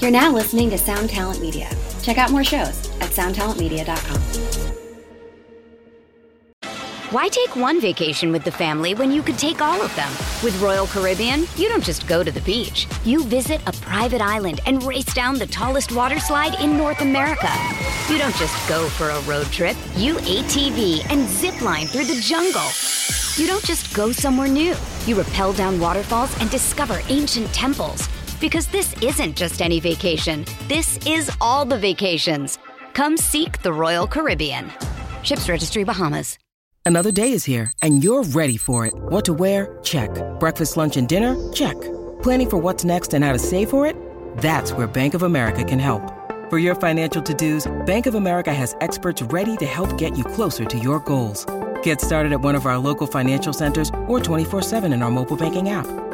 You're now listening to Sound Talent Media. Check out more shows at soundtalentmedia.com. Why take one vacation with the family when you could take all of them? With Royal Caribbean, you don't just go to the beach. You visit a private island and race down the tallest water slide in North America. You don't just go for a road trip. You ATV and zip line through the jungle. You don't just go somewhere new. You rappel down waterfalls and discover ancient temples. Because this isn't just any vacation. This is all the vacations. Come seek the Royal Caribbean. Ships Registry Bahamas. Another day is here, and you're ready for it. What to wear? Check. Breakfast, lunch, and dinner? Check. Planning for what's next and how to save for it? That's where Bank of America can help. For your financial to dos, Bank of America has experts ready to help get you closer to your goals. Get started at one of our local financial centers or 24-7 in our mobile banking app.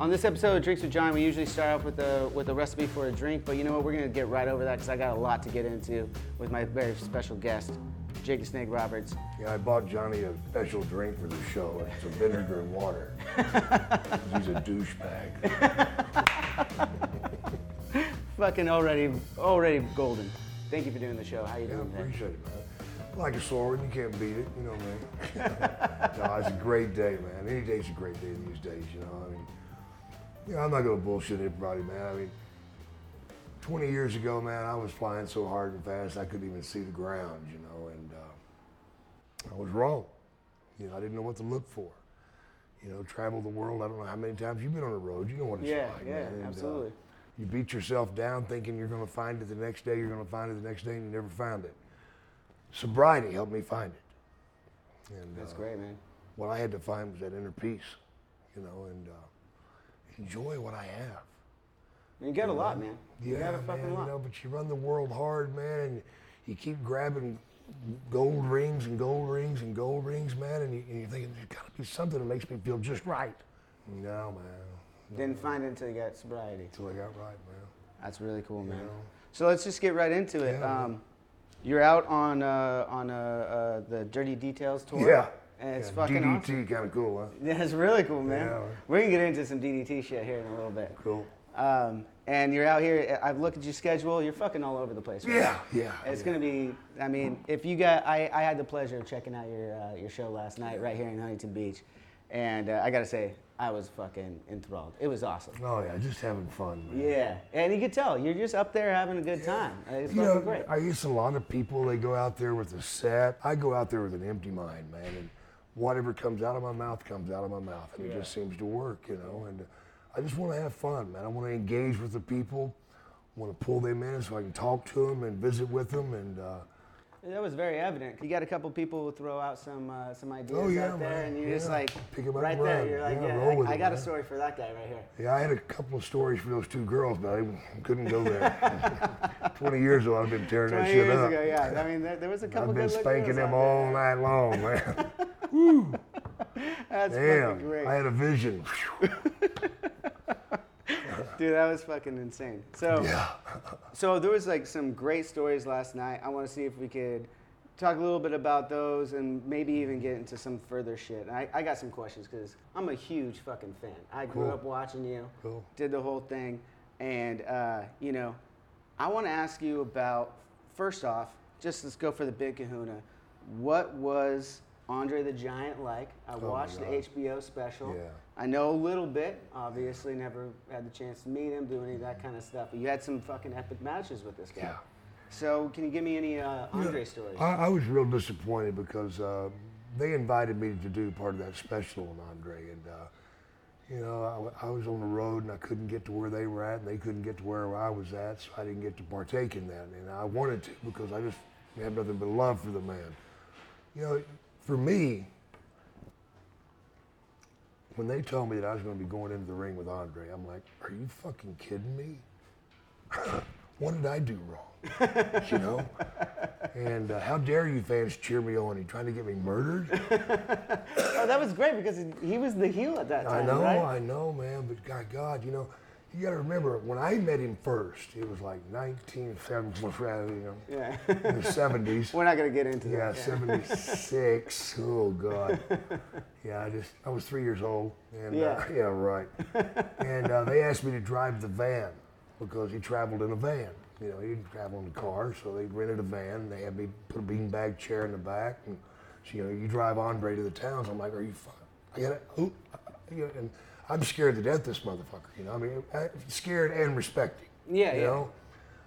on this episode of Drinks with John, we usually start off with a with a recipe for a drink, but you know what? We're gonna get right over that because I got a lot to get into with my very special guest, Jake the Snake Roberts. Yeah, I bought Johnny a special drink for the show. It's a vinegar and water. He's a douchebag. Fucking already, already golden. Thank you for doing the show. How you Yeah, doing? I today? appreciate it, man. Like a sword, you can't beat it. You know what I mean? no, it's a great day, man. Any day's a great day these days. You know, I mean, you know, I'm not gonna bullshit everybody, man. I mean, 20 years ago, man, I was flying so hard and fast I couldn't even see the ground. You know, and uh, I was wrong. You know, I didn't know what to look for. You know, travel the world. I don't know how many times you've been on the road. You know what it's Yeah, like, yeah, man. And, uh, absolutely. you beat yourself down thinking you're going to find it the next day, you're going to find it the next day, and you never found it. Sobriety helped me find it. And, That's uh, great, man. What I had to find was that inner peace, you know, and uh, enjoy what I have. You got a lot, man. You Yeah, got a fucking man, lot. you know, but you run the world hard, man, and you keep grabbing gold rings and gold rings and gold rings, man, and, you, and you're thinking, there's got to be something that makes me feel just right. No, man. Didn't find it until you got sobriety. Until I got right, man. That's really cool, man. So let's just get right into it. Yeah, um, you're out on uh, on uh, uh, the Dirty Details tour. Yeah. And it's Yeah, fucking DDT, awesome. kind of cool, huh? Yeah, it's really cool, man. Yeah. We're gonna get into some DDT shit here in a little bit. Cool. Um, and you're out here. I've looked at your schedule. You're fucking all over the place. Right Yeah, now. yeah, It's yeah. gonna be. I mean, if you got, I, I had the pleasure of checking out your uh, your show last night right here in Huntington Beach, and uh, I gotta say, I was fucking enthralled. It was awesome. Oh yeah, just having fun. Man. Yeah, and you could tell you're just up there having a good time. Uh, It's You fucking know, great. I guess a lot of people they go out there with a set. I go out there with an empty mind, man, and whatever comes out of my mouth comes out of my mouth, and it just seems to work, you know. And I just want to have fun, man. I want to engage with the people, want to pull them in so I can talk to them and visit with them, and uh, That was very evident. You got a couple people who throw out some uh, some ideas Oh, yeah, out there, man. and you're just Yeah. like Pick 'em up right and there. run. You're like, Yeah, yeah, roll I- with I, it, got a man. story for that guy right here. yeah, I had a couple of stories for those two girls, but I couldn't go there. Twenty years ago, I've been tearing that 20 shit years up. ago, yeah. I mean, there, there was a couple. I've been good-looking spanking girls out them all night long, man. there. That's fucking Damn, great, I had a vision. dude. That was fucking insane. So, so there was like some great stories last night. I want to see if we could talk a little bit about those and maybe even get into some further shit. And I, I got some questions because I'm a huge fucking fan. I grew Cool. up watching you. Cool. Did the whole thing, and uh, you know, I want to ask you about first off, just let's go for the big Kahuna. What was Andre the Giant like? I watched the Oh God. HBO special. Yeah. I know a little bit. Obviously, never had the chance to meet him, do any of that kind of stuff. But you had some fucking epic matches with this guy. Mm-hmm. Yeah. So, can you give me any uh, Andre stories? I, I was real disappointed because uh, they invited me to do part of that special on Andre, and uh, you know I w- I, was on the road and I couldn't get to where they were at, and they couldn't get to where I was at, so I didn't get to partake in that, and I wanted to because I just have nothing but love for the man. You know, for me, when they told me that I was going to be going into the ring with Andre, I'm like, are you fucking kidding me? what did I do wrong? you know? And uh, how dare you fans cheer me on? Are you trying to get me murdered? Oh, that was great because he was the heel at that I time, know, right? I know, man. But God, God, you know, you got to remember when I met him first. It was like 1970, you know, Yeah. in the 70s. We're not gonna get into yeah, that. 76. oh God. Yeah, I just I was three years old, and Yeah. uh, yeah right. and uh, they asked me to drive the van because he traveled in a van. You know, he didn't travel in a car, so they rented a van. And they had me put a beanbag chair in the back, and she, you know, you drive Andre to the towns. I'm like, are you fine? I got it. You know, and I'm scared to death this motherfucker. You know, I mean, I- scared and respecting. Yeah, you yeah. know?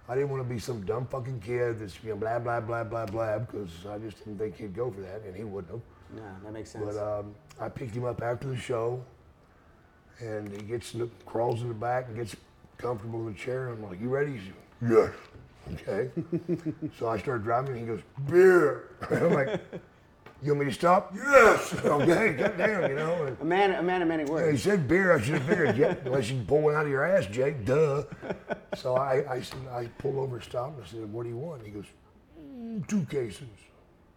I didn't want to be some dumb fucking kid that's you know blah blah blah blah blah because I just didn't think he'd go for that, and he wouldn't have. No, that makes sense. But um, I picked him up after the show, and he gets in the, crawls in the back and gets comfortable in the chair. I'm like, "You ready?" He's, yes. Okay. so I start driving, and he goes, "Beer." I'm like, "You want me to stop?" Yes. okay. Goddamn, you know. And a man, a man of many yeah, he words. said beer. I should have figured, Jake, unless you pull one out of your ass, Jake. Duh. So I, I, s- I pulled over, stopped, and I said, "What do you want?" He goes, "Mm, two cases,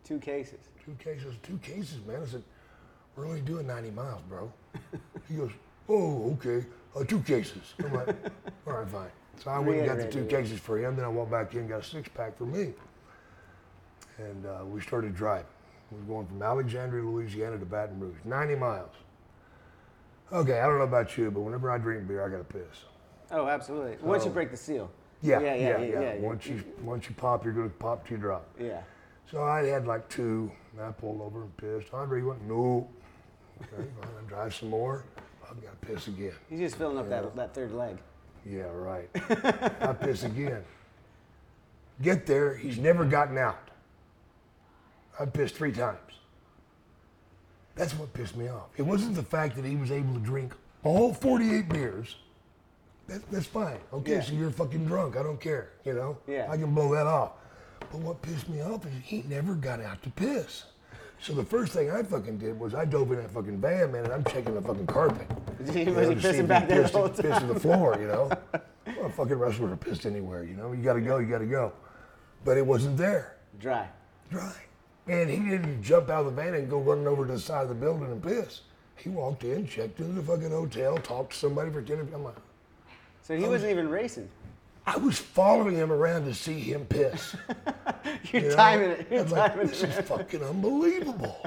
Two cases. two cases, two cases, man." I said, "We're only doing 90 miles, bro." He goes, "Oh, okay, uh, two cases." I'm like, "All right, fine." So I went and got the two Reiterated. cases for him. Then I walked back in, and got a six pack for me, and uh, we started driving. We were going from Alexandria, Louisiana, to Baton Rouge, 90 miles. Okay, I don't know about you, but whenever I drink beer, I gotta piss. Oh, absolutely. Once you break the seal. Yeah. Yeah. Yeah. yeah, Once you once you pop, you're gonna pop to your drop. yeah. So I had like two, and I pulled over and pissed. Andre went, no. Okay, well, I drive some more. I've got to piss again. He's just filling up that, that third leg. Yeah, right. I piss again. Get there, he's never gotten out. I pissed three times. That's what pissed me off. It wasn't the fact that he was able to drink all 48 beers. That, that's fine. Okay, Yeah. so you're fucking drunk. I don't care. You know? Yeah. I can blow that off. But what pissed me off is he never got out to piss. So the first thing I fucking did was I dove in that fucking van, man, and I'm checking the fucking carpet. Was he You know, to see if pissing back there the pissed, whole pissed to time? the floor, you know. well, fucking wrestlers are pissed anywhere, you know. You got to go, you got to go. But it wasn't there, Dry. dry. And he didn't jump out of the van and go running over to the side of the building and piss. He walked in, checked into the fucking hotel, talked to somebody for 10 I'm like, So he wasn't even racing. I was following him around to see him piss. You're You know? timing it. You're I'm like, timing this it. is fucking unbelievable.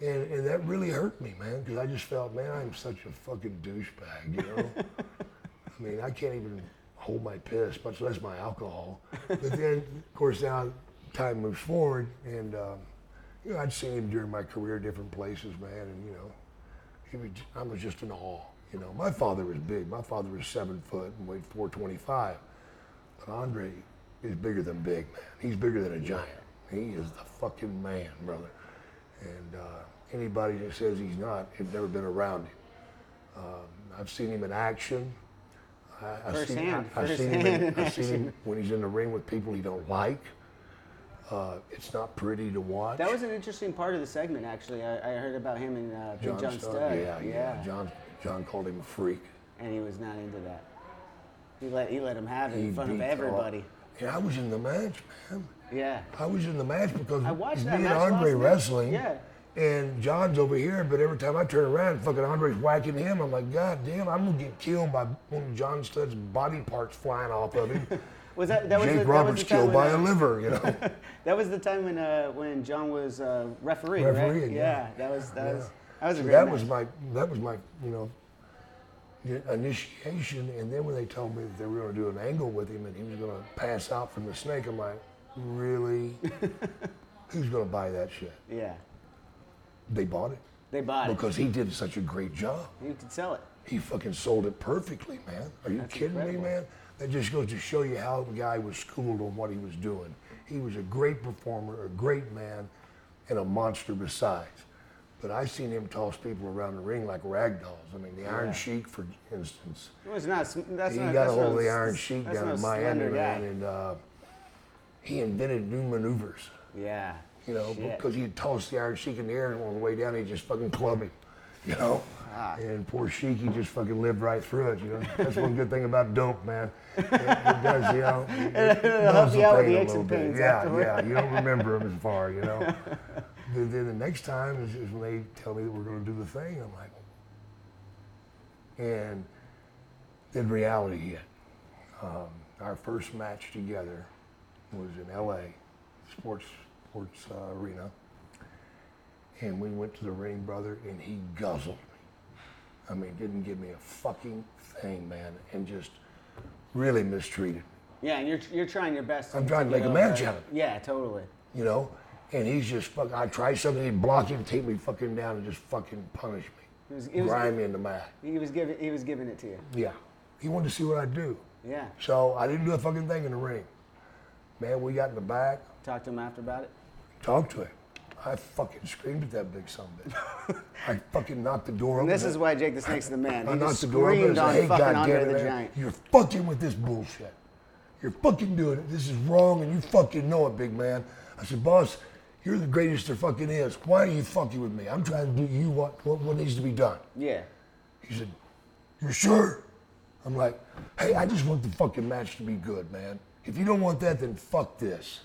and, and that really hurt me, man, because I just felt, man, I'm such a fucking douchebag, you know? I mean, I can't even hold my piss, much less my alcohol. But then, of course, now time moves forward, and, um, you know, I'd seen him during my career different places, man, and, you know, he was, I was just in awe. You know, my father was big. My father was seven foot and weighed 425. But Andre is bigger than big, man. He's bigger than a giant. He is the fucking man, brother. And uh, anybody that says he's not, have never been around him. Um, I've seen him in action. I, I've seen, Firsthand, I, have seen him. firsthand In, in I've seen him when he's in the ring with people he don't like. Uh, it's not pretty to watch. That was an interesting part of the segment, actually. I, I heard about him and uh, Big John, Studd- Studd. Yeah, yeah. John, John called him a freak. And he was not into that. He let he let him have it He in front of beat all- everybody. And I was in the match, man. Yeah. I was in the match because I watched me that and match last Andre night. wrestling. Yeah. And John's over here, but every time I turn around, fucking Andre's whacking him. I'm like, God damn, I'm gonna get killed by one of John Studd's body parts flying off of him. Was that that was Jake the, that was Roberts the time killed by when, a uh, liver, you know. That was the time when uh, when John was uh, referee, right? Refereeing, Yeah, yeah. that was that was Yeah. that was a So great that match. was my that was my you know i- initiation and then when they told me that they were going to do an angle with him and he was going to pass out from the snake i'm like really who's going to buy that shit yeah, they bought it they bought it. because he did such a great job You could sell it. he fucking sold it perfectly man are you kidding incredible. me man that just goes to show you how the guy was schooled on what he was doing he was a great performer a great man and a monster besides but i seen him toss people around the ring like rag dolls i mean the iron sheik for instance It was not. sm- That's he not, got a that's hold no of the s- Iron Sheik that's down no in Miami, slender man, guy. and uh, he invented new maneuvers, Yeah. you know, Shit. because he'd toss the Iron Sheik in the air and on the way down he'd just fucking club him. you know. And poor Sheiky just fucking lived right through it. You know, that's one good thing about dope, man. It, it does, you know. It, help helps you out with the aches and pains Yeah, afterward. yeah. You don't remember them as far, you know. then, then the next time is, is when they tell me that we're going to do the thing. I'm like, and then reality hit. Um, our first match together was in L.A. sports sports uh, arena, and we went to the ring, brother, and he guzzled me. I mean, didn't give me a fucking thing, man, and just really mistreated me. Yeah, and you're you're trying your best. I'm trying to make a get match over out of it. uh, Yeah, totally. you know? And he's just fuck. I try something, he'd block it, take me fucking down, and just fucking punish me. was- it was- grind me in the mat. He was giving he was giving it to you. Yeah. He wanted to see what I'd do. Yeah. So I didn't do a fucking thing in the ring. Man, we got in the back, Talk to him after about it. talked to him. I fucking screamed at that big son of a bitch. I fucking knocked the door open. This is why Jake the Snake's the man. I He knocked just the door open screamed and said, on hey, fucking goddamn Andre it, the man, Giant. you're fucking with this bullshit. You're fucking doing it. This is wrong and you fucking know it, big man. I said, boss, you're the greatest there fucking is. Why are you fucking with me? I'm trying to do you what, what, what needs to be done. Yeah. He said, You're sure? I'm like, Hey, I just want the fucking match to be good, man. If you don't want that, then fuck this.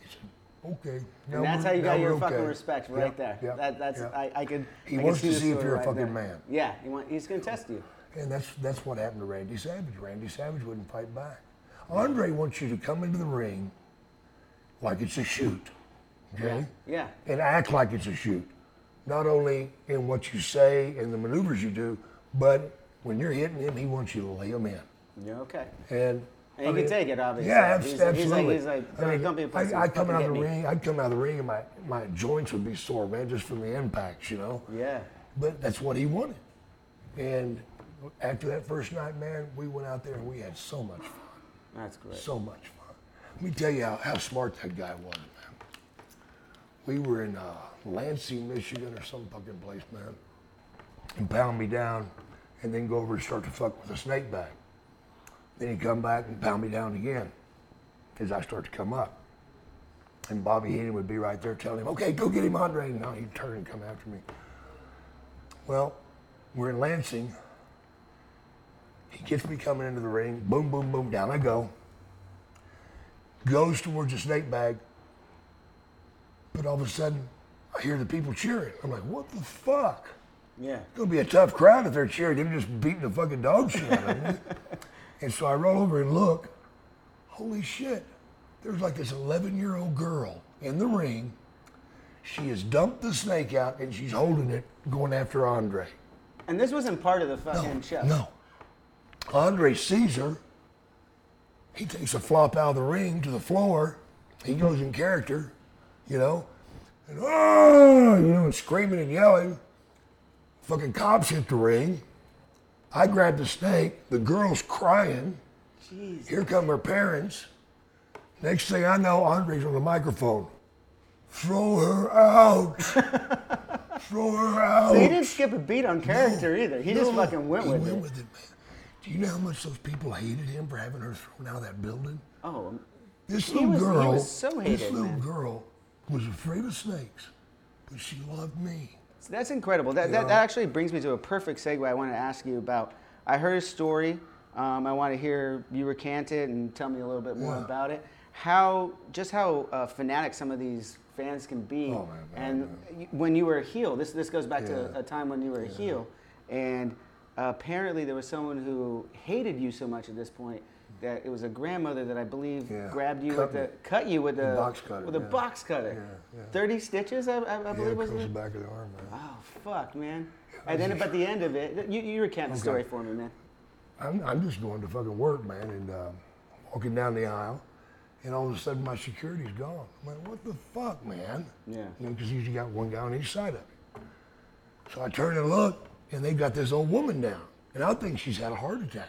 He said, Okay. now And that's we're- how you now got your we're fucking okay." respect Yep, right there. yep, that, that's yep. I, I could. He I could wants to the see if story you're a right fucking there. man. Yeah, he want, he's gonna test you. And that's that's what happened to Randy Savage. Randy Savage wouldn't fight back. Andre wants you to come into the ring like it's a shoot, okay? Yeah. And act like it's a shoot, not only in what you say and the maneuvers you do, but when you're hitting him, he wants you to lay him in. You're okay. And, And he can take it, obviously. Yeah, abs- He's- he's like- absolutely. he's like, I, mean, don't be a pussy, I, I'd come fucking out hit of the me. ring. I'd come out of the ring, and my, my joints would be sore, man, just from the impacts, you know. Yeah. But that's what he wanted. And after that first night, man, we went out there and we had so much fun. That's great. So much fun. Let me tell you how, how smart that guy was, man. We were in uh, Lansing, Michigan, or some fucking place, man. And pound me down, and then go over and start to fuck with a snake bag. Then he'd come back and pound me down again as I start to come up. And Bobby Heenan would be right there telling him, okay, go get him, Andre. And now he'd turn and come after me. Well, we're in Lansing. He gets me coming into the ring. Boom, boom, boom. Down I go. Goes towards the snake bag. But all of a sudden, I hear the people cheering. I'm like, what the fuck? yeah. It's gonna be a tough crowd if they're cheering him just beating the fucking dog shit out of him. and so I roll over and look. Holy shit! There's like this 11-year-old girl in the ring. She has dumped the snake out and she's holding it, going after Andre. And this wasn't part of the fucking show. No. Andre sees her. He takes a flop out of the ring to the floor. He goes in character, you know, and oh, you know, and screaming and yelling. Fucking cops hit the ring. I grab the snake. The girl's crying. Jeez. Here come her parents. Next thing I know, Andre's on the microphone. Throw her out. Throw her out. He didn't skip a beat on character either. He just No, fucking went he with went it. with it, man. Do you know how much those people hated him for having her thrown out of that building? Oh, This He little was- he girl, was so this hated, little man. girl was afraid of snakes, but she loved me. So that's incredible. That, that, that actually brings me to a perfect segue I wanted to ask you about. I heard a story. Um, I want to hear you recant it and tell me a little bit more Yeah. about it. How just how uh, fanatic some of these fans can be. Oh, man, man, and man. y- when you were a heel, this this goes back to Yeah. a time when you were a heel, and apparently there was someone who hated you so much at this point that it was a grandmother that I believe Yeah. grabbed you Cut with the me. cut you with The a box cutter, with a yeah. box cutter. Yeah, yeah. Thirty stitches, I, I, I Yeah, believe was across it? the back of the arm, man. Oh fuck, man! And then about the end of it, th- you, you recant the story for me, man. I'm, I'm just going to fucking work, man, and uh, walking down the aisle, and all of a sudden my security's gone. I'm like, what the fuck, man? Yeah. You know, because usually got one guy on each side of me. So I turn and look, and they got this old woman down, and I think she's had a heart attack.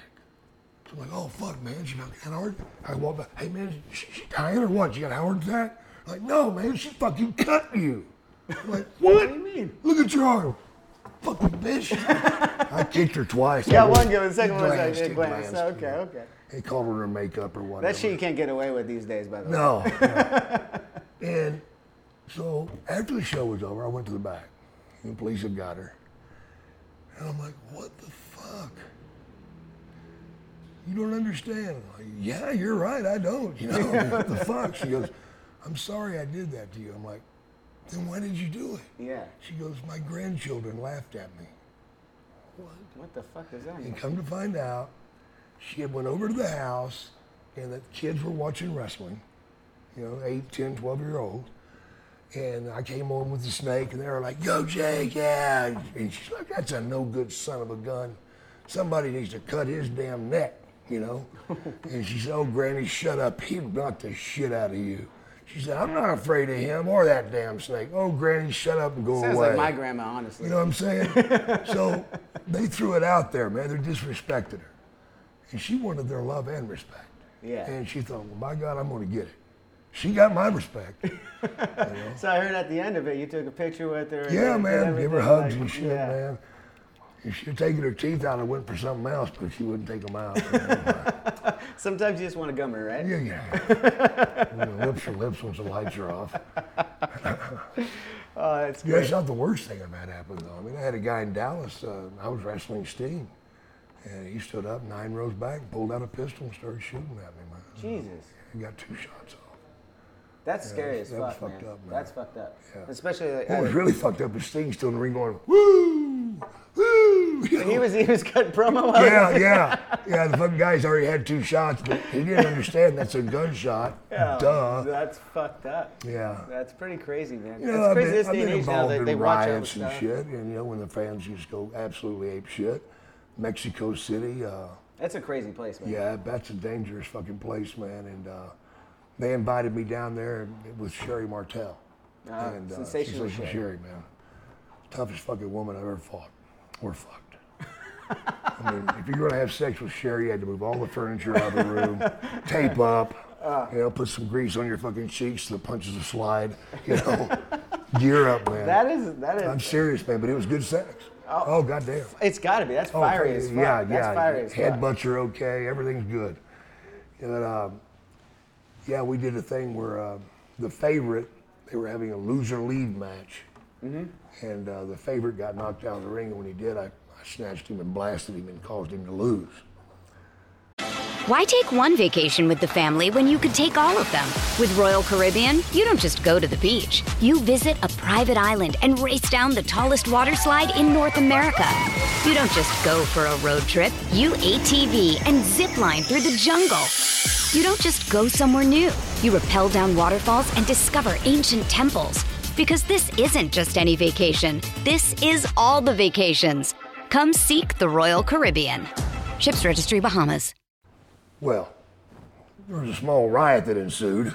So I'm like, oh fuck, man, she about to had a heart. I walk by, hey man, she, she dying or what? She got a heart attack? like, no, man, she fucking cut you. I'm like, what? do you mean? Look at your arm. Fucking bitch. I kicked her twice. Yeah, I one really- good, the second one was like, glanced, yeah, it glanced. glanced, Okay, you know. okay. They called her her makeup or whatever. That shit you can't get away with these days, by the way. No. no. and so after the show was over, I went to the back. And the police had got her. And I'm like, what the fuck? You don't understand. I'm like, yeah, you're right. I don't. You know, what the fuck? She goes, I'm sorry I did that to you. I'm like, then why did you do it? Yeah. She goes, my grandchildren laughed at me. What the fuck is that? And come to find out, she had went over to the house and the kids were watching wrestling, you know, 8, 10, 12 year old. And I came on with the snake and they were like, yo, Jake, yeah. And she's like, that's a no good son of a gun. Somebody needs to cut his damn neck, you know? and she said, oh, Granny, shut up. He knocked the shit out of you. She said, I'm not afraid of him or that damn snake. Oh, Granny, shut up and go Sounds away. like my grandma, honestly. You know what I'm saying? so they threw it out there, man. They disrespected her. And she wanted their love and respect. Yeah. And she thought, well, my God, I'm going to get it. She got my respect. so I heard at the end of it, you took a picture with her. and yeah, did man. Give her everything, hugs like, and shit, yeah. man. And she had taken her teeth out and went for something else, but she wouldn't take them out. Sometimes you just want to gum her, right? yeah, yeah. When the lips are lips once the lights are off. Oh, that's Yeah, great. it's not the worst thing I've had happen though. I mean, I had a guy in Dallas. Uh, I was wrestling Sting, and he stood up nine rows back, pulled out a pistol, and started shooting at me. Man, Jesus. he got two shots off. That's scary as that was fuck, man. fucked up, man. That's fucked up. Yeah. Especially like, What at was a- really fucked up is Sting still in the ring going, woo, woo. you he know? was he was cutting promo. out. yeah, yeah, yeah. The fucking guy's already had two shots, but he didn't understand that's a gunshot. Duh. oh, That's fucked up. Yeah. That's pretty crazy, man. You know, it's I've crazy been, this I've day been and age now involved that in they watch all the riots and stuff. shit, and you know when the fans just go absolutely ape shit. Mexico City, uh, That's a crazy place, man. yeah, that's a dangerous fucking place, man. And uh, they invited me down there with Sherry Martel. Ah, and uh, she's sensational like, Sherry. Sherry, man, toughest fucking woman I've ever fought. We're fucked. I mean, if you're gonna have sex with Sherry, you had to move all the furniture out of the room, tape up, Uh. you know, put some grease on your fucking cheeks so the punches will slide, you know, gear up, man. That is that is. I'm serious, man, but it was good sex. Oh, goddamn. it's got to be. That's Oh, fiery as fuck. Yeah, That's yeah. fiery as fuck. Headbutts are okay. Everything's good. And um, yeah, we did a thing where uh, the favorite they were having a loser lead match, Mm-hmm. and uh, the favorite got knocked out of the ring. And when he did, I, I snatched him and blasted him and caused him to lose. Why take one vacation with the family when you could take all of them? With Royal Caribbean, you don't just go to the beach. You visit a private island and race down the tallest water slide in North America. You don't just go for a road trip. You ATV and zip line through the jungle. You don't just go somewhere new. You rappel down waterfalls and discover ancient temples. Because this isn't just any vacation. This is all the vacations. Come seek the Royal Caribbean. Ships Registry Bahamas. Well, there was a small riot that ensued.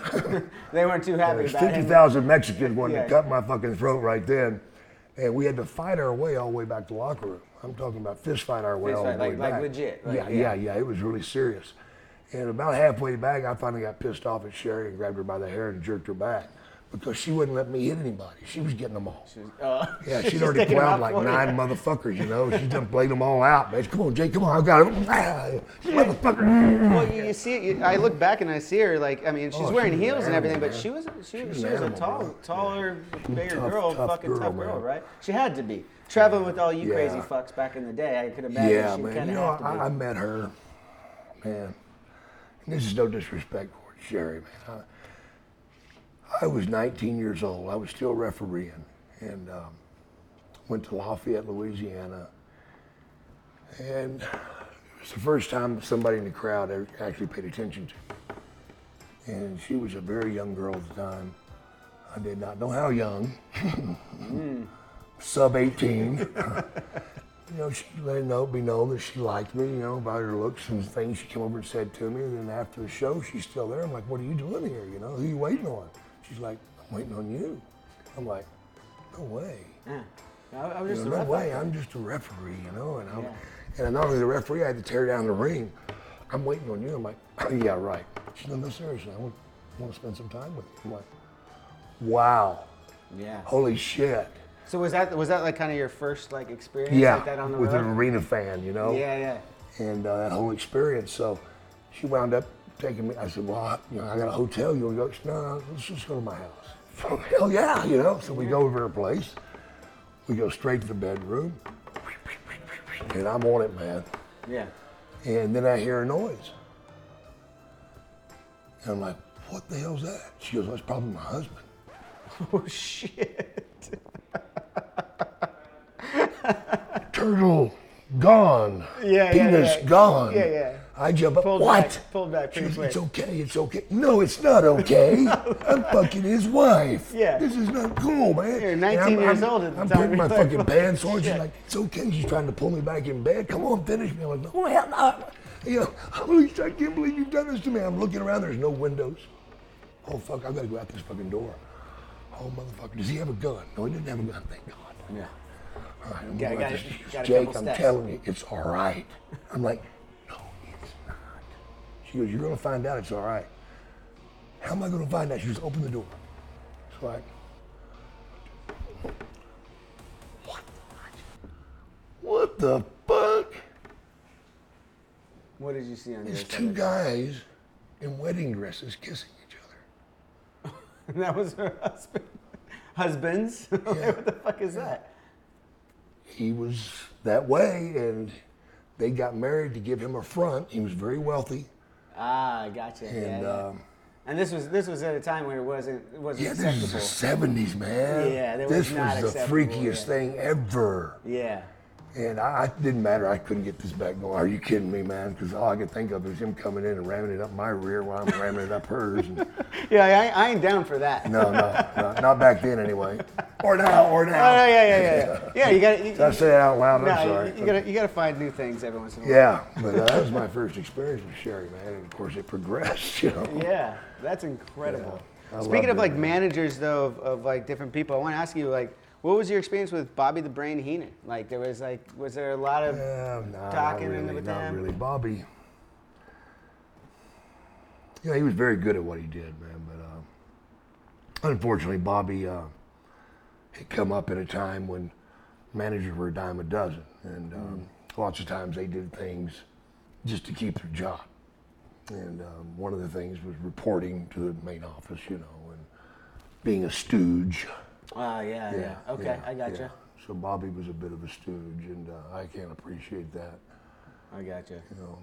They weren't too happy There's about it. 50,000 Mexicans wanting Yeah. to cut my fucking throat right then. And we had to fight our way all the way back to the locker room. I'm talking about fist fight our way Fist all fight, the way like- like back. legit, like, yeah, yeah. yeah, yeah. It was really serious. And about halfway back, I finally got pissed off at Sherry and grabbed her by the hair and jerked her back because she wouldn't let me hit anybody. She was getting them all. yeah, she'd already taking them out plowed like for you. nine motherfuckers, you know. She done played them all out, bitch. Come on, Jake, come on. I've got it. Motherfucker. Well, you, you see, you, I look back and I see her like I mean, she's Oh, she wearing was an heels and animal, everything, but man. she was she, She was, was she was an a animal, tall, bro. taller, bigger Tough- girl, tough fucking girl, tough girl, man. right? She had to be traveling with all you Yeah. crazy fucks back in the day. I could imagine Yeah, she man. kind You of know, have to be. I, I met her, man. And this is no disrespect for Sherry, man. I, I was 19 years old. I was still refereeing, and um, went to Lafayette, Louisiana, and it was the first time somebody in the crowd ever actually paid attention to me. And she was a very young girl at the time. I did not know how young. Hmm. Sub 18. you know, she let it know, be known that she liked me, you know, by her looks and things she came over and said to me. And then after the show, she's still there. I'm like, what are you doing here? You know, who you waiting on? She's like, I'm waiting on you. I'm like, no way. I, I was just You a know, rough no way. guy. I'm just a referee, you know, and I'm, Yeah. and not only the referee, I had to tear down the ring. I'm waiting on you. I'm like, yeah, right. She said, no, seriously, I want, want to spend some time with you. I'm like, wow, Yeah. holy shit. So was that was that like kind of your first like experience Yeah, like that on the with an road? arena fan, you know. Yeah, yeah. And uh, that whole experience. So she wound up taking me. I said, "Well, I, you know, I got a hotel. You want to go?" She said, "No, no, let's just go to my house." Oh, hell yeah, you know. So we go over to her place. We go straight to the bedroom. and I'm on it, man. Yeah. And then I hear a noise. And I'm like, what the hell's that? She goes, that's probably my husband. Oh shit. Turtle gone. Yeah, yeah, Penis yeah. gone. Yeah, yeah. I jump up. Pulled what? back- pulled back She pretty goes, It's quick. okay. It's okay. No, it's not okay. I'm fucking his wife. Yeah. This is not cool, man. You're And I'm- 19 years I'm- old at the I'm time. putting my You're like, fucking "What pants on. She's shit?" like, it's okay. She's trying to pull me back in bed. Come on, finish me. I'm like, no, hell no. You know, I'm like, I can't believe you've done this to me. I'm looking around. There's no windows. Oh fuck! I gotta go out this fucking door. Oh motherfucker! Does he have a gun? No, he didn't have a gun. Thank God. Yeah. All right, Gotta- I'm going gotta- out this- gotta Jake, couple I'm steps. telling you, it's all right. I'm like, no, it's not. She goes, you're gonna find out it's all right. How am I gonna find out? She just opened the door. It's like, what? What the fuck? What did you see on the There's other two side? guys in wedding dresses kissing each other. That was her husband. Husbands? what the fuck is that? He was that way, and they got married to give him a front. He was very wealthy, Ah, gotcha. yeah, and. yeah. Um, and this was this was at a time when it wasn't it wasn't Yeah, this is acceptable. the seventies, man. Yeah, that was this not was the acceptable, freakiest yeah. thing ever. yeah. And I, I didn't matter. I couldn't get this back going. Are you kidding me, man? Because all I could think of is him coming in and ramming it up my rear while I'm ramming it up hers. And Yeah, I, I ain't down for that. no, no, no, not back then anyway. Or now, or now. Oh, no, yeah, yeah, yeah, yeah. Yeah, you gotta. You, Did I say that out loud? no, I'm you- sorry. You, gotta, you gotta find new things every once in a while. yeah, but uh, that was my first experience with Sherry, man. And of course, it progressed. You know. Yeah, that's incredible. Yeah, I Speaking loved of it, like man. managers though of, of like different people, I want to ask you like, what was your experience with Bobby the Brain Heenan? Like there was like, was there a lot of Uh, no, talking not really, with not them? really. Bobby, you know, he was very good at what he did, man. But uh, unfortunately, Bobby uh, had come up at a time when managers were a dime a dozen, and um, lots of times they did things just to keep their job. And um, one of the things was reporting to the main office, you know, and being a stooge. Oh yeah, yeah. Okay, yeah, I gotcha. yeah. So Bobby was a bit of a stooge, and uh, I can't appreciate that. I gotcha. You know,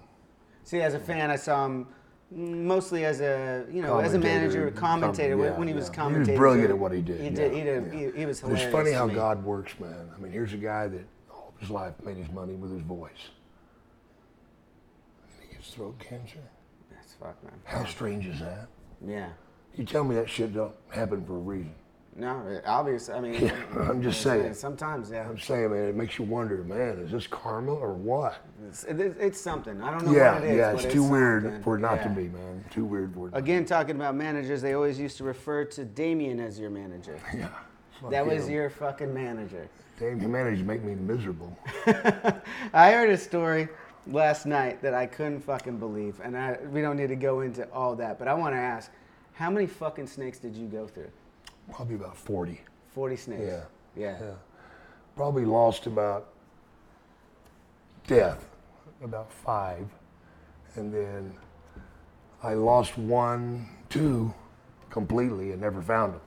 See, as a fan, I saw him mostly as a you know as a Commentator, manager, com- commentator yeah, when he was yeah. commentating. He was brilliant at what he did. He yeah, did. He did. yeah. He, he was But hilarious. It's funny to how me. God works, man. I mean, here's a guy that all his life made his money with his voice, and he gets throat cancer. That's fucked, man. How strange is that? Yeah. You tell me that shit don't happen for a reason. No, obviously. I mean, I'm just saying. Sometimes, yeah. I'm saying, man, it makes you wonder, man, is this karma or what? It's, it, it's- it's something. I don't know yeah, what it is. yeah, but it's too weird something. for it not to Yeah. be, man. Too weird for it. not to Again, talking about managers, they always used to refer to Damien as your manager. be. Yeah. Fuck That was him. your fucking manager. Damn, he managed to make me miserable. I heard a story last night that I couldn't fucking believe, and I, we don't need to go into all that, but I want to ask, how many fucking snakes did you go through? Probably about 40. 40 snakes. Yeah. Yeah. Yeah. Probably lost about death, about five. And then I lost one, two completely and never found them.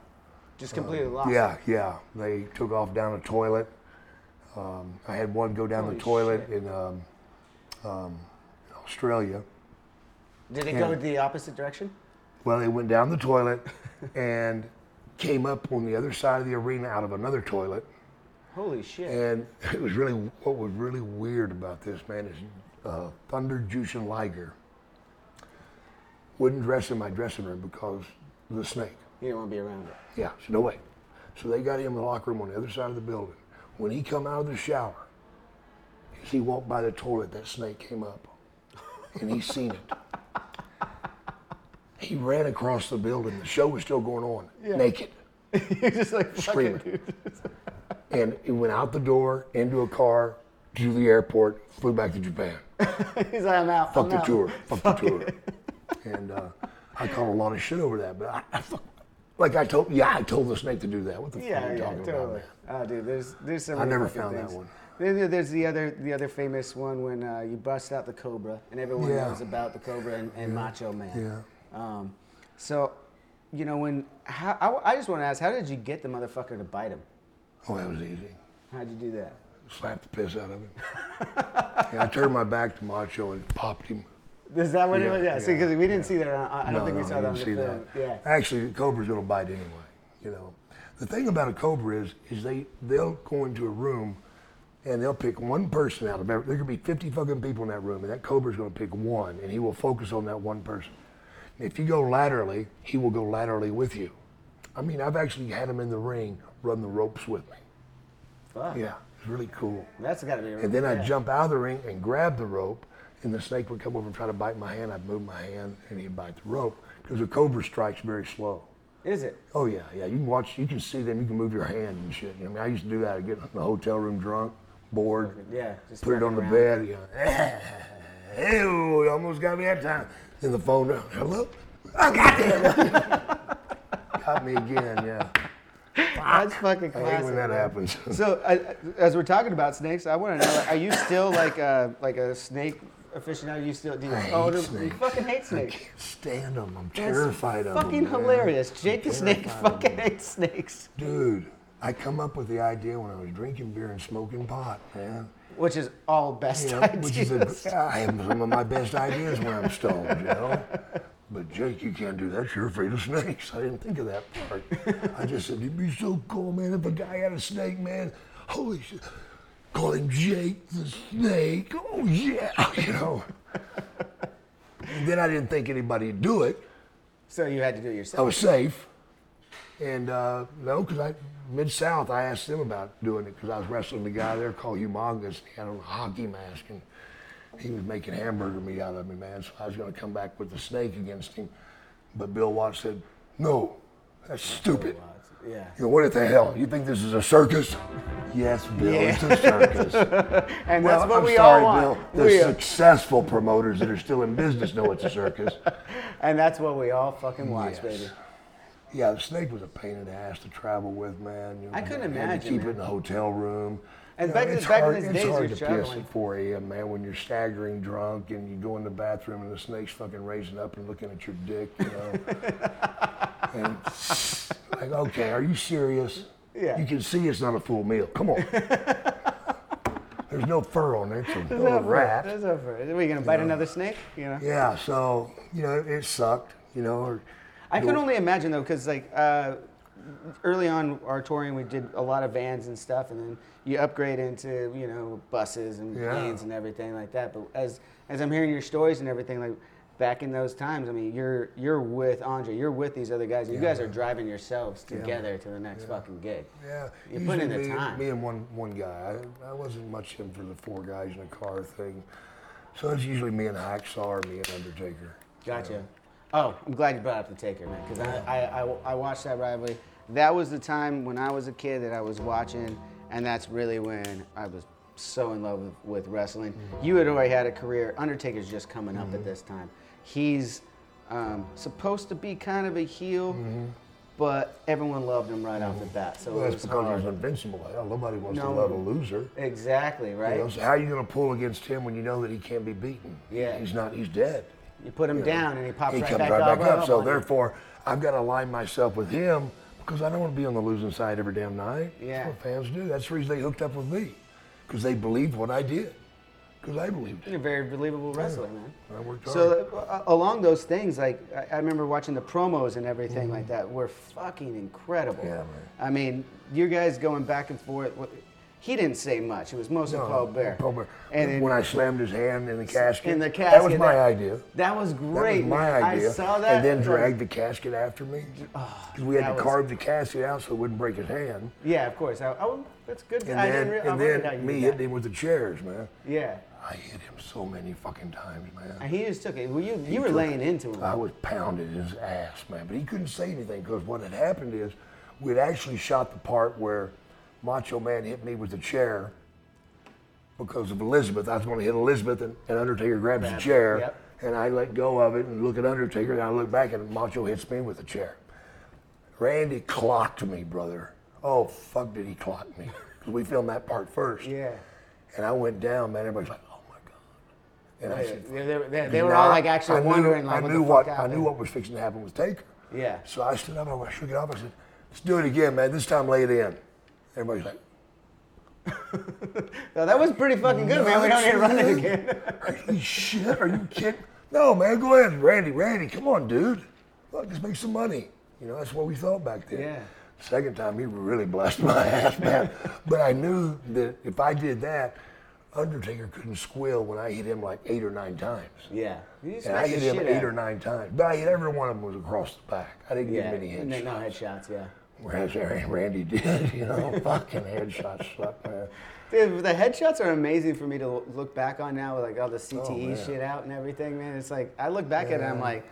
Just completely lost. Um, Yeah, yeah. They took off down the toilet. Um, I had one go down Holy the toilet shit. in um, um, Australia. Did it Yeah. go the opposite direction? Well, they went down the toilet and came up on the other side of the arena out of another toilet. Holy shit. And it was really what was really weird about this man is uh, Thunder Jushin Liger wouldn't dress in my dressing room because of the snake. You didn't want to be around it. Yeah, so no way. So they got him in the locker room on the other side of the building. When he come out of the shower, as he walked by the toilet, that snake came up, and he seen it. He ran across the building. The show was still going on, naked, You're just like, fuck it, screaming, dude. and it went out the door into a car to the airport, flew back to Japan. He's like, I'm out. Fuck I'm the out." tour. Fuck, the tour. And uh, I caught a lot of shit over that, but I, I fuck, like I told, yeah, I told the snake to do that. What the fuck Yeah, are you yeah, talking totally. about, man? Oh, dude, there's there's some. I never found that one. Then there- there's the other the other famous one when uh, you bust out the cobra and everyone Yeah. knows about the cobra and, and Macho Man. Yeah. Um, so, you know when how I, I just want to ask, how did you get the motherfucker to bite him? Oh, that was easy. How'd you do that? slapped the piss out of him. and I turned my back to Macho and popped him. Is that what it Yeah, was? Yeah. See, yeah, because we didn't yeah. see that. On, I I don't think we saw that on didn't the see film. Yeah. Actually, the cobra's gonna bite anyway. You know, the thing about a cobra is, is they they'll go into a room, and they'll pick one person out of every. There could be fifty fucking people in that room, and that cobra's gonna pick one, and he will focus on that one person. And if you go laterally, he will go laterally with you. I mean, I've actually had him in the ring run the ropes with me. Fuck. Yeah, it's really cool. That's got to be. a- And then I'd yeah. jump out of the ring and grab the rope, and the snake would come over and try to bite my hand. I'd move my hand, and he'd bite the rope because a cobra strikes very slow. Is it? Oh yeah, yeah. You can watch, you can see them. You can move your hand and shit. I mean, I used to do that. I'd get in the hotel room drunk, bored. Yeah, just put it on the walking bed. You know, ew, you almost got me that time. Then the phone. Hello. Oh goddamn. got me again. Yeah. That's fucking I classic. hate when that man. happens. So, I- as we're talking about snakes, I want to know: Are you still like a like a snake aficionado? You still do? You, I hate oh, no, you snakes. fucking hate I snakes. can't stand them. I'm That's terrified of them. Fucking man. hilarious. Jake I'm the Snake terrified of fucking them. hates snakes, Dude, I come up with the idea when I was drinking beer and smoking pot, man. which is all best You know, ideas. which is a, I have some of my best ideas when I'm stoned, you know. But Jake, you can't do that. You're afraid of snakes. I didn't think of that part. I just said it'd be so cool, man, if a guy had a snake, man. Holy shit. Call him Jake the Snake. Oh yeah, you know. and then I didn't think anybody'd do it. so you had to do it I yourself. was safe. And uh, no, because I mid south, I asked them about doing it because I was wrestling the guy there called Humongous. He had on a hockey mask and he was making hamburger meat out of me, man. So I was going to come back with the snake against him, but Bill Watts said, "No, that's stupid." yeah. You know, what the hell? You think this is a circus? Yes, Bill, it's a circus. And well, that's what I'm we all sorry, want. Bill. The We- successful promoters that are still in business know it's a circus. and that's what we all fucking watch, baby. Yeah, the snake was a pain in the ass to travel with, man. You I couldn't had to imagine, keep man. it in the hotel room. And You back in- it's back in hard, those it's days, hard you're to piss traveling. at 4 a.m., man, when you're staggering drunk and you go in the bathroom and the snake's fucking raising up and looking at your dick, you know. and like, okay, are you serious? Yeah. You can see it's not a full meal. Come on. There's no fur on it. It's a, That's little over. rat. That's over. Are we gonna bite another snake? You know. Yeah, so, you know, it sucked, you know. Or, I could only imagine though, because like uh, early on our touring, we did a lot of vans and stuff, and then you upgrade into you know buses and Yeah. planes and everything like that. But as as I'm hearing your stories and everything, like back in those times, I mean, you're you're with Andre, you're with these other guys. You guys are driving yourselves together to the next fucking gig. Yeah, you put in usually the me, time. Me and one one guy. I, I wasn't much in for the four guys in a car thing, so it's usually me and Hacksaw or me and Undertaker. Gotcha. Oh, I'm glad you brought up the Taker, man, because I, I, I, I watched that rivalry. That was the time when I was a kid that I was watching, and that's really when I was so in love with, with wrestling. You had already had a career. Undertaker's just coming up at this time. He's um, supposed to be kind of a heel, but everyone loved him right off the bat. So Well, it that's was because he's hard. invincible. Hell, nobody wants No. to love a loser. Exactly, right? You know, so how are you going to pull against him when you know that he can't be beaten? Yeah. he's not. He's dead. you put him You know, down, and he pops he right comes back, right up, Oh, back up. so on you. therefore, I've got to align myself with him because I don't want to be on the losing side every damn night. Yeah. That's what fans do. That's the reason they hooked up with me because they believed what I did because I believed it. You're a very believable wrestler, man. I worked So uh, along those things, like I, I remember watching the promos and everything like that were fucking incredible. Mm-hmm. Yeah, man. I mean, you guys going back and forth. wh- He didn't say much. It was mostly Paul Bear. Oh, Paul Bear. And it- when I slammed his hand in the casket. in the That casket, was my idea. That was That great. was my man. idea. I saw that. And then that- dragged the casket after me. Because we had that to was- carve the casket out so it wouldn't break his hand. Yeah, of course. I, I, would- that's good. And I then, didn't re- I and wondered then how you me did hitting that. him with the chairs, man. Yeah. I hit him so many fucking times, man. And he just took it. Well, you, you were took laying it. into him. I was pounding his ass, man. But he couldn't say anything because what had happened is we'd actually shot the part where Macho Man hit me with the chair because of Elizabeth. I was going to hit Elizabeth, and, and Undertaker grabs the Grab it, chair, yep. and I let go of it and look at Undertaker, and I look back, and Macho hits me with the chair. Randy clocked me, brother. Oh, fuck, did he clock me? Because we filmed that part first. yeah. And I went down, man. Everybody's like, oh my God. And I said, They, they, were- they, did they were all not- like actually I knew- wondering like I what knew the what, fuck I knew happened. what was fixing to happen with Taker. Yeah. So I stood up and I shook it off. I said, "Let's do it again, man. This time, lay it in." Everybody's like, No, that was pretty fucking good, man. We don't need to run it again. Holy shit, are you kidding? No, man, go ahead, Randy. Randy, come on, dude. Look, just make some money. You know, that's what we thought back then. Yeah. Second time, he really blessed my ass, man. but I knew that if I did that, Undertaker couldn't squeal when I hit him like eight or nine times. Yeah. You And I smack the hit him shit eight out. or nine times. But I hit every one of them was across the back. I didn't Yeah. get many and then- hits. No headshots, yeah. Whereas Randy did, you know, fucking headshots suck, man. Dude, the headshots are amazing for me to lo- look back on now with like all the CTE man. shit out and everything, man. It's like I look back at it, I'm like,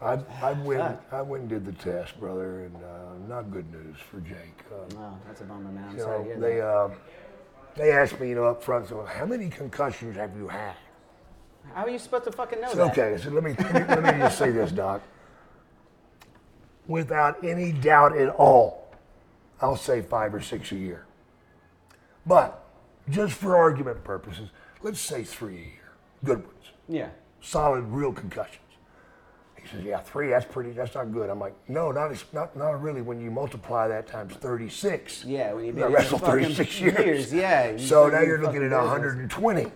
I, I went Fuck. I went and did the test, brother, and uh, not good news for Jake. Um, wow, that's a bummer, man. I'm you sorry know, to hear they that. uh, they asked me, you know, up front, so how many concussions have you had? How are you supposed to fucking know I said, that? okay, I said, let me let me, let me just say this, doc. Without any doubt at all, I'll say five or six a year. But just for argument purposes, let's say three a year, good ones. Yeah. solid, real concussions. He says, yeah, three, that's pretty, that's not good. I'm like, no, not, as- not, not really when you multiply that times 36. Yeah, when you've I been wrestled in fucking 36 years. years, yeah, you So fucking now you're looking fucking at business. 120.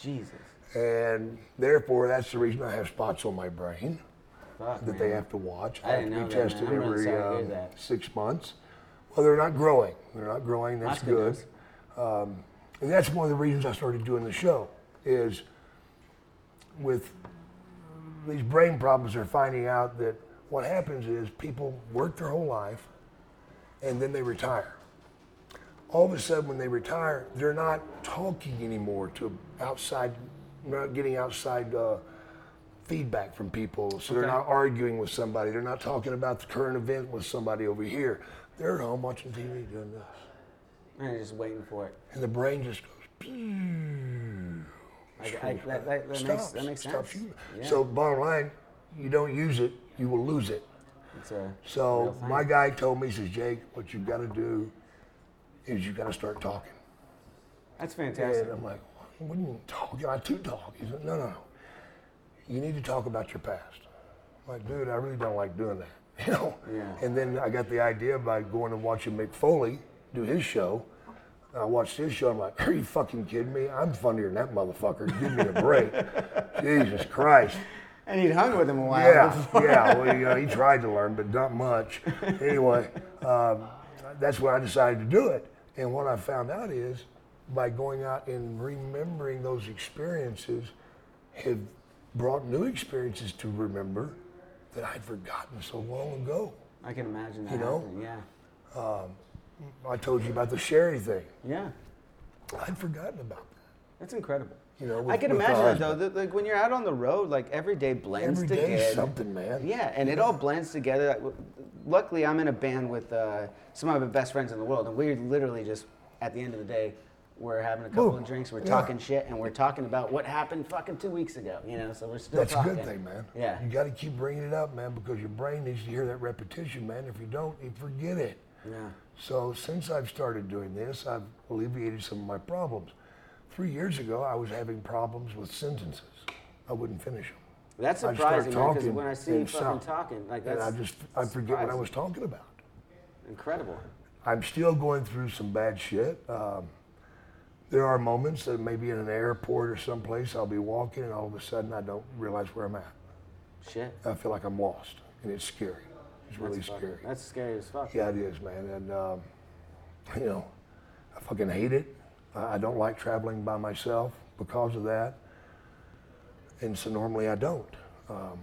Jesus. And therefore, that's the reason I have spots on my brain Fuck, that man. they have to watch. I didn't have know to that, man. be tested I'm really every sorry to hear um, that. six months. Well, they're not growing. They're not growing. That's, That's good good. news. Um, and that's one of the reasons I started doing the show is with these brain problems, they're finding out that what happens is people work their whole life and then they retire. All of a sudden, when they retire, they're not talking anymore to outside, not getting outside uh, feedback from people. So they're not arguing with somebody. They're not talking about the current event with somebody over here. They're at home watching TV doing this. I'm just waiting for it. And the brain just goes, Like, I, that, that, that makes, stops. that makes sense. stops you. Yeah. So, bottom line, you don't use it, you will lose it. It's a real So thing. my guy told me, he says, Jake, what you've got to do is you've got to start talking. That's And fantastic. I'm like, what do you mean talking? I do talk. He said, no, no, no. You need to talk about your past. I'm like, dude, I really don't like doing that. You know? Yeah. And then I got the idea by going and watching Mick Foley do his show. I watched his show. I'm like, are you fucking kidding me? I'm funnier than that motherfucker. Give me a break. Jesus Christ. And he'd hung with him a while. Yeah, yeah. Well, you know, he tried to learn, but not much. Anyway, um, that's when I decided to do it. And what I found out is by going out and remembering those experiences, have brought new experiences to remember that I'd forgotten so long ago. I can imagine that. You know? happening, Yeah. I told you about the Sherry thing. Yeah. I'd forgotten about that. That's incredible. You know, I with- can with imagine our it though. That, like when you're out on the road, like every day blends Every together. day, something, man. Yeah, and it all blends together. Like, w- Luckily, I'm in a band with uh, some of my best friends in the world, and we're literally just at the end of the day, we're having a couple Boom. of drinks, we're Yeah. talking shit, and we're talking about what happened fucking two weeks ago. You know, so we're still That's a talking. good thing, man. Yeah, You got to keep bringing it up, man, because your brain needs to hear that repetition, man. If you don't, you forget it. yeah, So since I've started doing this, I've alleviated some of my problems. Three years ago, I was having problems with sentences. I wouldn't finish them. that's I'd start surprising because talking when I see you and fucking stop. talking, like and that's I just I forget what I surprising. was talking about. incredible. I'm still going through some bad shit. Um, there are moments that maybe in an airport or someplace, I'll be walking and all of a sudden I don't realize where I'm at. Shit, I feel like I'm lost, and it's scary. It's really That's fucking- scary. That's scary as fuck. Yeah, it is, man. And um, you know, I fucking hate it. I I don't like traveling by myself because of that. And so normally I don't. Um,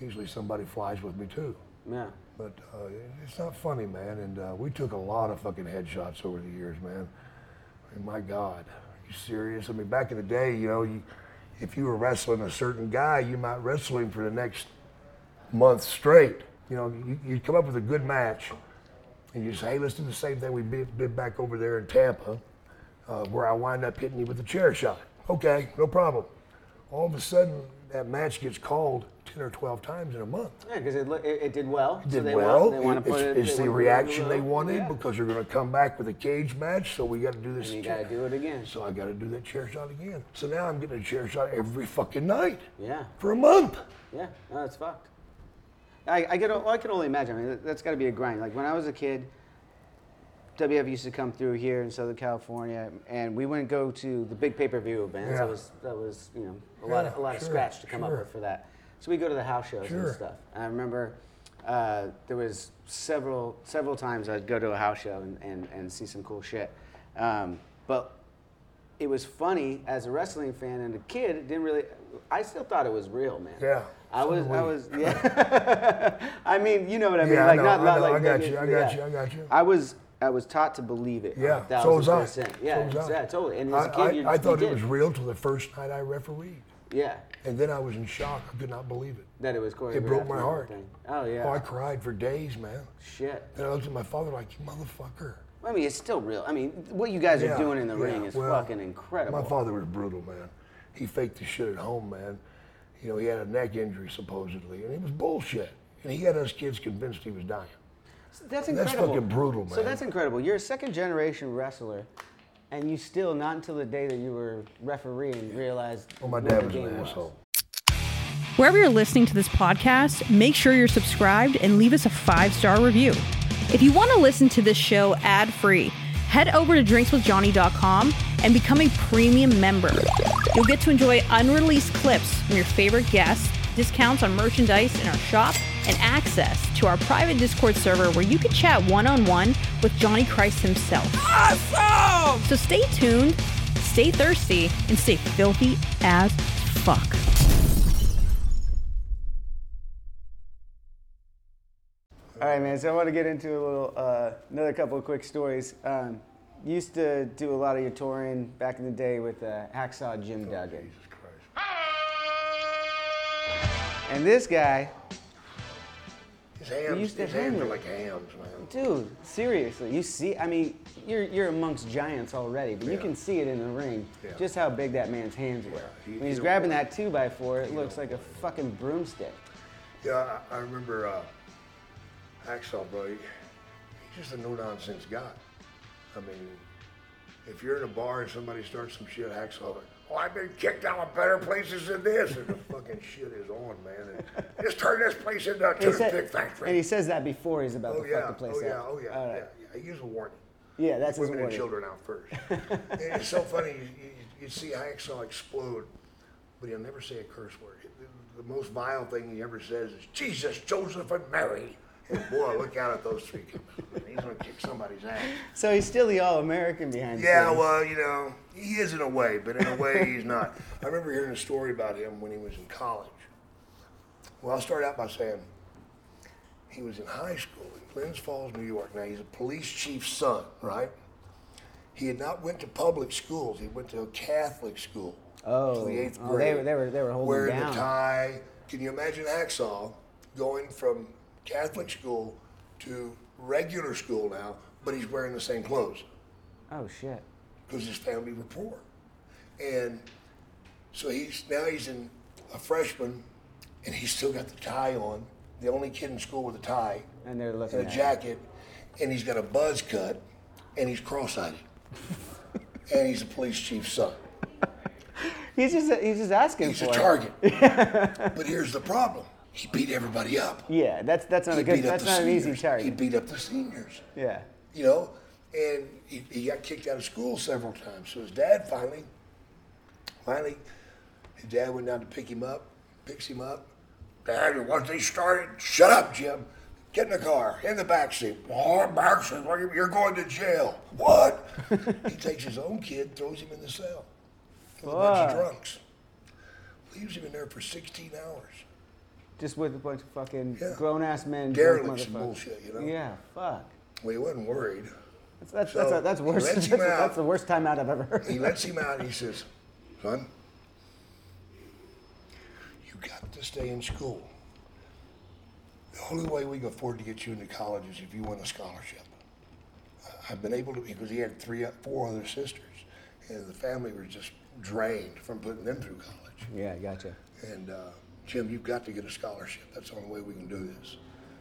usually somebody flies with me too. yeah. But uh, it's not funny, man. And uh, we took a lot of fucking headshots over the years, man. I mean, my God, are you serious? I mean, back in the day, you know, you, if you were wrestling a certain guy, you might wrestle him for the next month straight. You know, you, you'd come up with a good match, and you say, hey, let's do the same thing we did, did back over there in Tampa, uh, where I wind up hitting you with a chair shot. Okay, no problem. All of a sudden, that match gets called 10 or 12 times in a month Yeah, because it, li- it, it did well. so did they well. Want, they want to it's put it. it's they the wanna put it on reaction they road. wanted Yeah. because they're going to come back with a cage match, so we got to do this. And you chair- gotta do it again. So I got to do that chair shot again. So now I'm getting a chair shot every fucking night Yeah, for a month. yeah. No, it's fucked. I, I, get, I can only imagine. I mean, that- that's got to be a grind. Like when I was a kid, WF used to come through here in Southern California, and we wouldn't go to the big pay-per-view events. Yeah. That was that was you know a lot of, Yeah, a lot of sure, scratch to come up sure. with for that. So we go to the house shows Sure. and stuff. And I remember uh, there was several several times I'd go to a house show and, and, and see some cool shit. Um, but it was funny as a wrestling fan and a kid. It didn't really. I still thought it was real, man. Yeah, I so was. did I we. was. Yeah. I mean, you know what I mean. Yeah, I like know, not, I not know, like. I got negative- you, I got yeah. you, I got you. I was. I was taught to believe it. Yeah, That so was was a I. percent. Yeah, so was I. yeah, totally. And as a kid, I, I, you, I you thought it did. was real till the first night I refereed, Yeah, and then I was in shock. I could not believe it. that it was choreographed. It broke my and heart. everything. Oh yeah. Oh, I cried for days, man. Shit. Then I looked at my father like, you motherfucker. I mean, it's still real. I mean, what you guys Yeah, are doing in the yeah, ring is well, fucking incredible. My father was brutal, man. He faked the shit at home, man. You know, he had a neck injury supposedly, and it was bullshit. And he had us kids convinced he was dying. That's That's incredible. fucking brutal, So man. that's incredible. You're a second generation wrestler, and you still not until the day that you were refereeing realized. Well, my what dad the was an game asshole. Wherever you're listening to this podcast, make sure you're subscribed and leave us a five star review. If you want to listen to this show ad free, head over to drinkswithjohnny.com and become a premium member. You'll get to enjoy unreleased clips from your favorite guests, discounts on merchandise in our shop, and access to our private Discord server where you can chat one on one with Johnny Christ himself. Awesome! So stay tuned, stay thirsty, and stay filthy as fuck. All right, man. So I want to get into a little uh, another couple of quick stories. Um, you used to do a lot of your touring back in the day with uh, Hacksaw Jim Duggan. Oh, Jesus Christ. And this guy, His hands, used to his hands hang are it. like hams, man. dude, seriously, you see, I mean, you're, you're amongst giants already, but you Yeah. can see it in the ring Yeah. just how big that man's hands were. he- when he's he- grabbing that two by four, it looks like a fucking broomstick. Yeah, I, I remember uh, Axel, bro. He, he's just a no nonsense guy. I mean, if you're in a bar and somebody starts some shit, Axel, like, oh, I've been kicked out of better places than this, and the fucking shit is on, man. And just turn this place into a And he said- toothpick factory. and he says that before he's about oh to fuck yeah, the place oh yeah, up. oh yeah, All yeah, right. yeah. Here's a warning. Yeah, that's his women and warning. children out first. And it's so funny. You, you, you see Hacksaw explode, but he'll never say a curse word. The, the most vile thing he ever says is Jesus, Joseph, and Mary. And boy, look out at those three come out. He's gonna kick somebody's ass. So he's still the all-American behind. the Yeah, scenes. well, you know, he is in a way, but in a way he's not. I remember hearing a story about him when he was in college. Well, I'll start out by saying he was in high school in Glens Falls, New York. Now he's a police chief's son, right? He had not went to public schools. He went to a Catholic school. Oh, to the eighth oh, they grade. were- they were- they were holding wearing down. the tie. Can you imagine Axel going from Catholic school to regular school now, but he's wearing the same clothes? Oh shit. because his family were poor. And so he's now he's in a freshman, and he's still got the tie on. The only kid in school with a tie And they're looking and a at jacket, and he's got a buzz cut, and he's cross-eyed, and he's a police chief's son. He's just he's just asking He's for a it. target. but here's the problem: he beat everybody up. Yeah, that's that's not he a good. beat up That's the not an seniors. easy target. He beat up the seniors. yeah. you know, and he, he got kicked out of school several times. So his dad finally, finally, his dad went down to pick him up, picks him up. Dad, once they started, shut up, Jim. Get in the car, in the back seat. Oh, back seat, what do you- you're going to jail. What? he takes his own kid, throws him in the cell with a bunch of Fuck. drunks. Leaves him in there for 16 hours. Just with a bunch of fucking Yeah. grown ass men. drunk Derelicts and motherfuckers. bullshit, you know? Yeah, fuck. Well, he wasn't worried. That's that's So, that's, that's he worse. lets That's, him out. that's the worst timeout I've ever heard. He lets him out. He says, "Son, you got to stay in school. The only way we can afford to get you into college is if you win a scholarship. I- I've been able to because he had three, four other sisters, and the family was just drained from putting them through college. Yeah, gotcha. And uh, Jim, you've got to get a scholarship. That's the only way we can do this.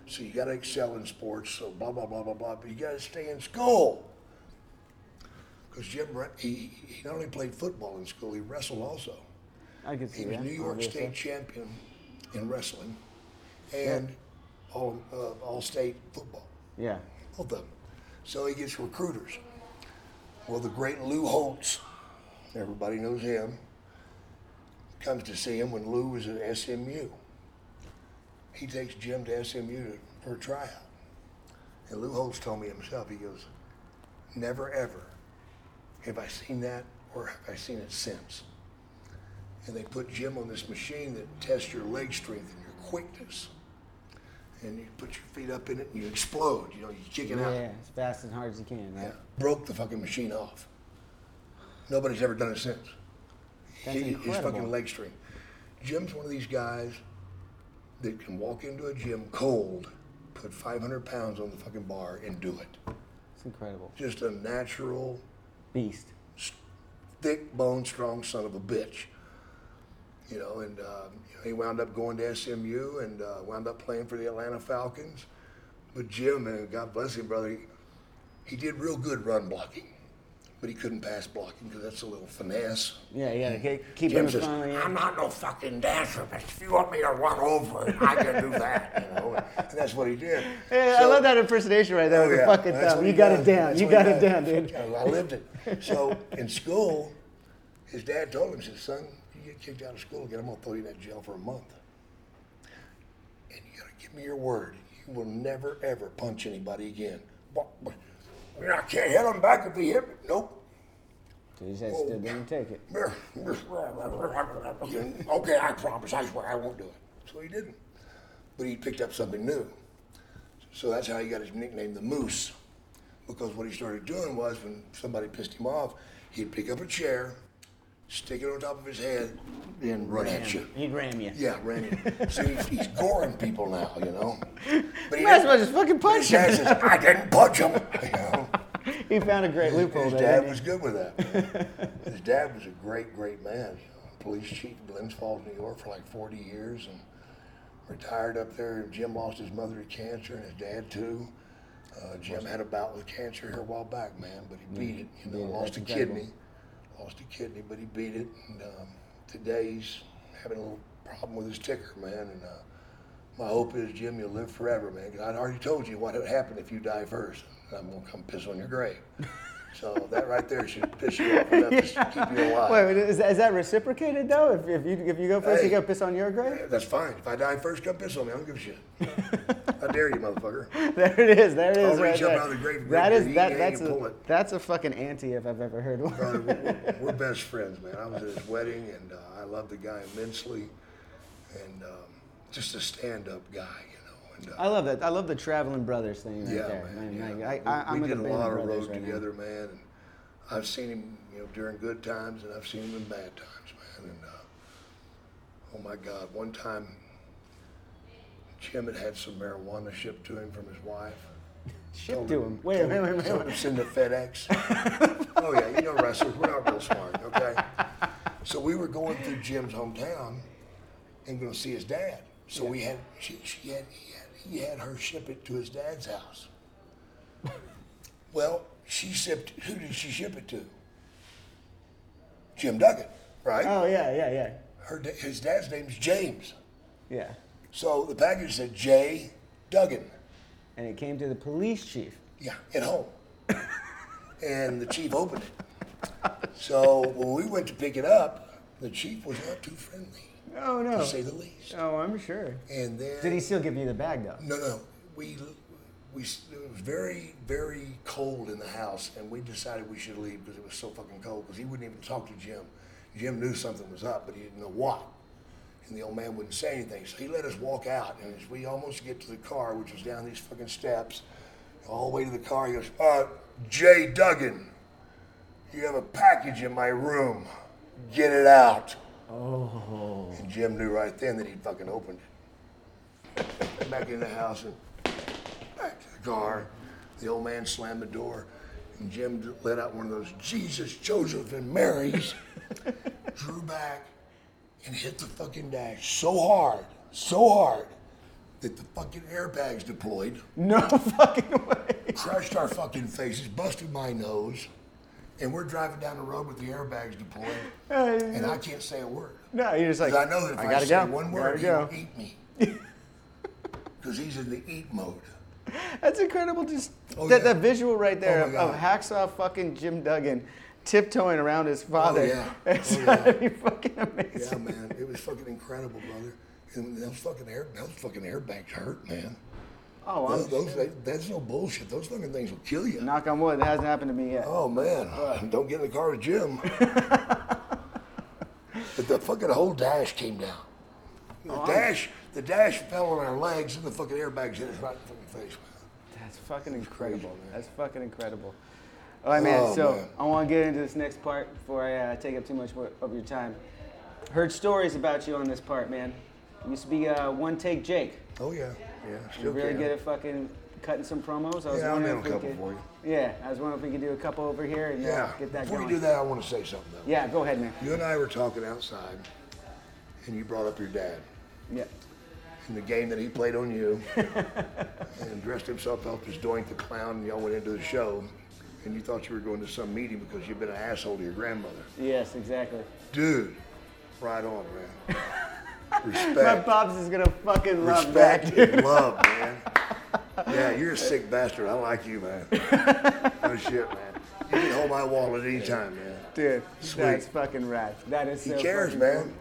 So you got to excel in sports. So blah blah blah blah blah. But you got to stay in school. Because Jim, Brett, he, he not only played football in school, he wrestled also. I can He see was that. New York obviously. State champion in wrestling, and all uh, all state football, Yeah. both of them. So he gets recruiters. Well, the great Lou Holtz, everybody knows him, comes to see him when Lou was at SMU. He takes Jim to SMU to- for a tryout. And Lou Holtz told me himself, he goes, never ever have I seen that or have I seen it since. And they put Jim on this machine that tests your leg strength and your quickness. And you put your feet up in it and you explode. You know, you kick it Yeah, out. as fast and hard as you can, right? Yeah. Broke the fucking machine off. Nobody's ever done it since. That's he, his incredible. fucking leg strength. Jim's one of these guys that can walk into a gym cold, put 500 pounds on the fucking bar, and do it. It's incredible. Just a natural, Beast. thick boned, strong son of a bitch. You know, and um, you know, he wound up going to SMU and uh, wound up playing for the Atlanta Falcons. But Jim, and God bless him, brother, he, he did real good run blocking, but he couldn't pass blocking because that's a little finesse. Yeah, you gotta ke- keep Jim him says, finally I'm in. not no fucking dancer, but if you want me to run over, it, I can do that. You know, and that's what he did. Hey, I So- love that impersonation right there Oh, with yeah. the fucking That's thumb. what You he got does. it down. That's You what he got it does. down, dude. Yeah, I lived it. So in school, his dad told him, he said, son, you get kicked out of school again, I'm going to throw you in that jail for a month. And you got to give me your word. You will never, ever punch anybody again. But, but, I can't hit him back if he hit me. Nope. So he said, still didn't take it. okay, I promise. I swear I won't do it. So he didn't. But he picked up something new. So that's how he got his nickname, the Moose. Because what he started doing was when somebody pissed him off, he'd pick up a chair, stick it on top of his head, and run at you. He'd ram you. Yeah, ran you. So he's, he's goring people now, you know. But he Might as didn't- well just fucking but punch his dad him. says, I didn't punch him. You know? He found a great loophole His there. dad didn't was he? good with that. man. His dad was a great, great man. Police chief in Glens Falls, New York, for like 40 years, and retired up there. Jim lost his mother to cancer, and his dad too. Uh, Jim had a bout with cancer here a while back, man, but he beat it. You know, beat it. Mm. lost That's a incredible. kidney, lost a kidney, but he beat it. And um, today he's having a little problem with his ticker, man. And uh, my hope is, Jim, you'll live forever, man. 'cause I'd already told you what would happen if you die first. And I'm gonna come piss on your grave. so that right there should piss you off enough to keep you alive. Wait, is that, is that reciprocated though? If, if you if you go first, you Hey. go piss on your grave. That's fine. If I die first, come piss on me. I don't give a shit. How dare you, motherfucker? There it is. There it I'll is. right reach up there. out of the grave, That grab is your that. knee, That's and pull a, it. that's a fucking ante if I've ever heard one. Brother, we're, we're best friends, man. I was at his wedding, and uh, I love the guy immensely, and um, just a stand-up guy, you know. And, uh, I love that. I love the traveling brothers thing right yeah, there. man. Man, yeah. like, I, I, I'm we with did the a Band of lot of brothers road right now. together, man. And I've seen him, you know, during good times, and I've seen him in bad times, man. And uh, oh my God, one time, Jim had had some marijuana shipped to him from his wife. Ship Told to him- him. Wait, told wait, him- wait, wait. Told him send to FedEx. oh yeah, you know wrestlers, we're not real smart, okay? So we were going through Jim's hometown and going to see his dad. So we had she, she had he had he had her ship it to his dad's house. well, she shipped. Who did she ship it to? Jim Duggan, right? Oh yeah, yeah, yeah, Her da- his dad's name's James. yeah. So the package said J. Duggan. And it came to the police chief. Yeah, at home. and the chief opened it. So when we went to pick it up, the chief was not too friendly, Oh no. to say the least. Oh, I'm sure. And then Did he still give you the bag though? no, no, we we it was very very cold in the house, and we decided we should leave because it was so fucking cold. Because he wouldn't even talk to Jim. Jim knew something was up, but he didn't know what. And the old man wouldn't say anything, so he let us walk out. And as we almost get to the car, which was down these fucking steps, all the way to the car, he goes, "Uh, Jay Duggan, you have a package in my room. Get it out." Oh. And Jim knew right then that he'd fucking opened it back in the house and back to the car. The old man slammed the door, and Jim let out one of those Jesus, Joseph, and Marys, drew back, and hit the fucking dash so hard, so hard, that the fucking airbags deployed, No fucking way. crushed our fucking faces, busted my nose, and we're driving down the road with the airbags deployed, and I can't say a word. No, you're just like. 'Cause I know that if I, gotta go. say one gotta word, go. he'll eat me. Because he's in the eat mode. That's incredible. Just Oh, that, yeah. that visual right there Oh, of, my of God. hacksaw fucking Jim Duggan tiptoeing around his father. yeah. It's Oh, gotta yeah. be fucking Yeah, amazing. man, it was fucking incredible, brother. And those fucking air, those fucking airbags hurt, man. Oh, Those, I'm, those that- that's no bullshit. Those fucking things will kill you. knock on wood. That hasn't happened to me yet. Oh man, don't get in the car with Jim. but the fucking whole dash came down. The Oh, dash, the dash fell on our legs, and the fucking airbags hit us right in the fucking face. That's fucking crazy, incredible. man. That's fucking incredible. All right, man. Oh, so man. I want to get into this next part before I uh, take up too much more of your time. Heard stories about you on this part, man. You used to be uh, one take Jake. Oh yeah, yeah. You're Still really can. good at fucking cutting some promos. I was Yeah, I'll wondering nail a if we couple could, for you. Yeah, I was wondering if we could do a couple over here and uh, Yeah. get that Before going. you do that, I want to say something though. Yeah, go ahead, man. You and I were talking outside, and you brought up your dad Yeah. and the game that he played on you, and dressed himself up as Doink the clown, and y'all went into the show, and you thought you were going to some meeting because you've been an asshole to your grandmother. Yes, exactly. Dude, right on, man. My Respect. pops is gonna fucking love that. Respect dude. and love, man. Yeah, you're a sick bastard. I like you, man. No shit, man. You can hold my wall at any time, man. Dude, Sweet. that's fucking rad. That is He so cares, fucking